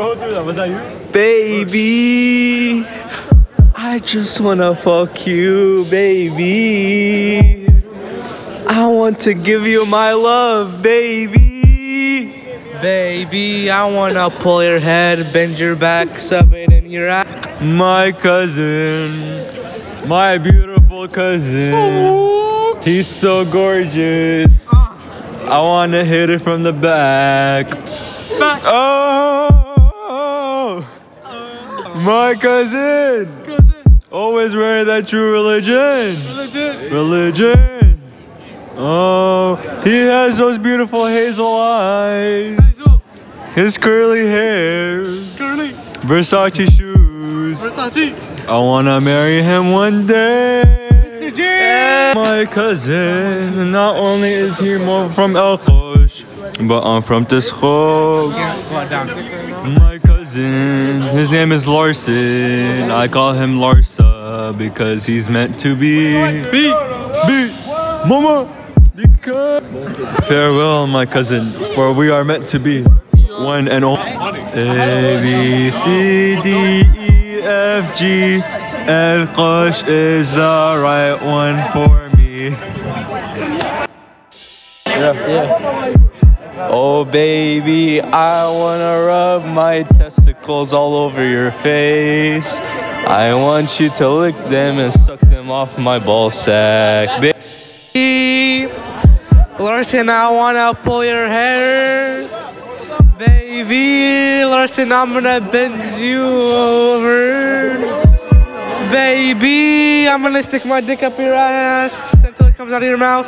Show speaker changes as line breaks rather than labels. Was that you?
Baby, I just wanna fuck you, baby. I want to give you my love, baby. Baby, I wanna pull your head, bend your back, shove it in your eye.
My cousin, my beautiful cousin. He's so gorgeous.
Uh.
I wanna hit it from the back. Oh, my cousin. Always wear that true religion. Religion. Oh, he has those beautiful hazel eyes. His curly hair. Versace shoes. I wanna marry him one day. My cousin, not only is he more from El Khosh, but I'm from Tishkok. My cousin, his name is Larson. I call him Larsa because he's meant to be. Be, be, mama, because. Farewell, my cousin, for we are meant to be one and all. A B C D E F G. El Qosh is the right one for me.
Oh, baby, I wanna rub my testicles all over your face. I want you to lick them and suck them off my ball sack. Baby, Larson, I wanna pull your hair. Baby, Larson, I'm gonna bend you over. Baby, I'm gonna stick my dick up your ass until it comes out of your mouth.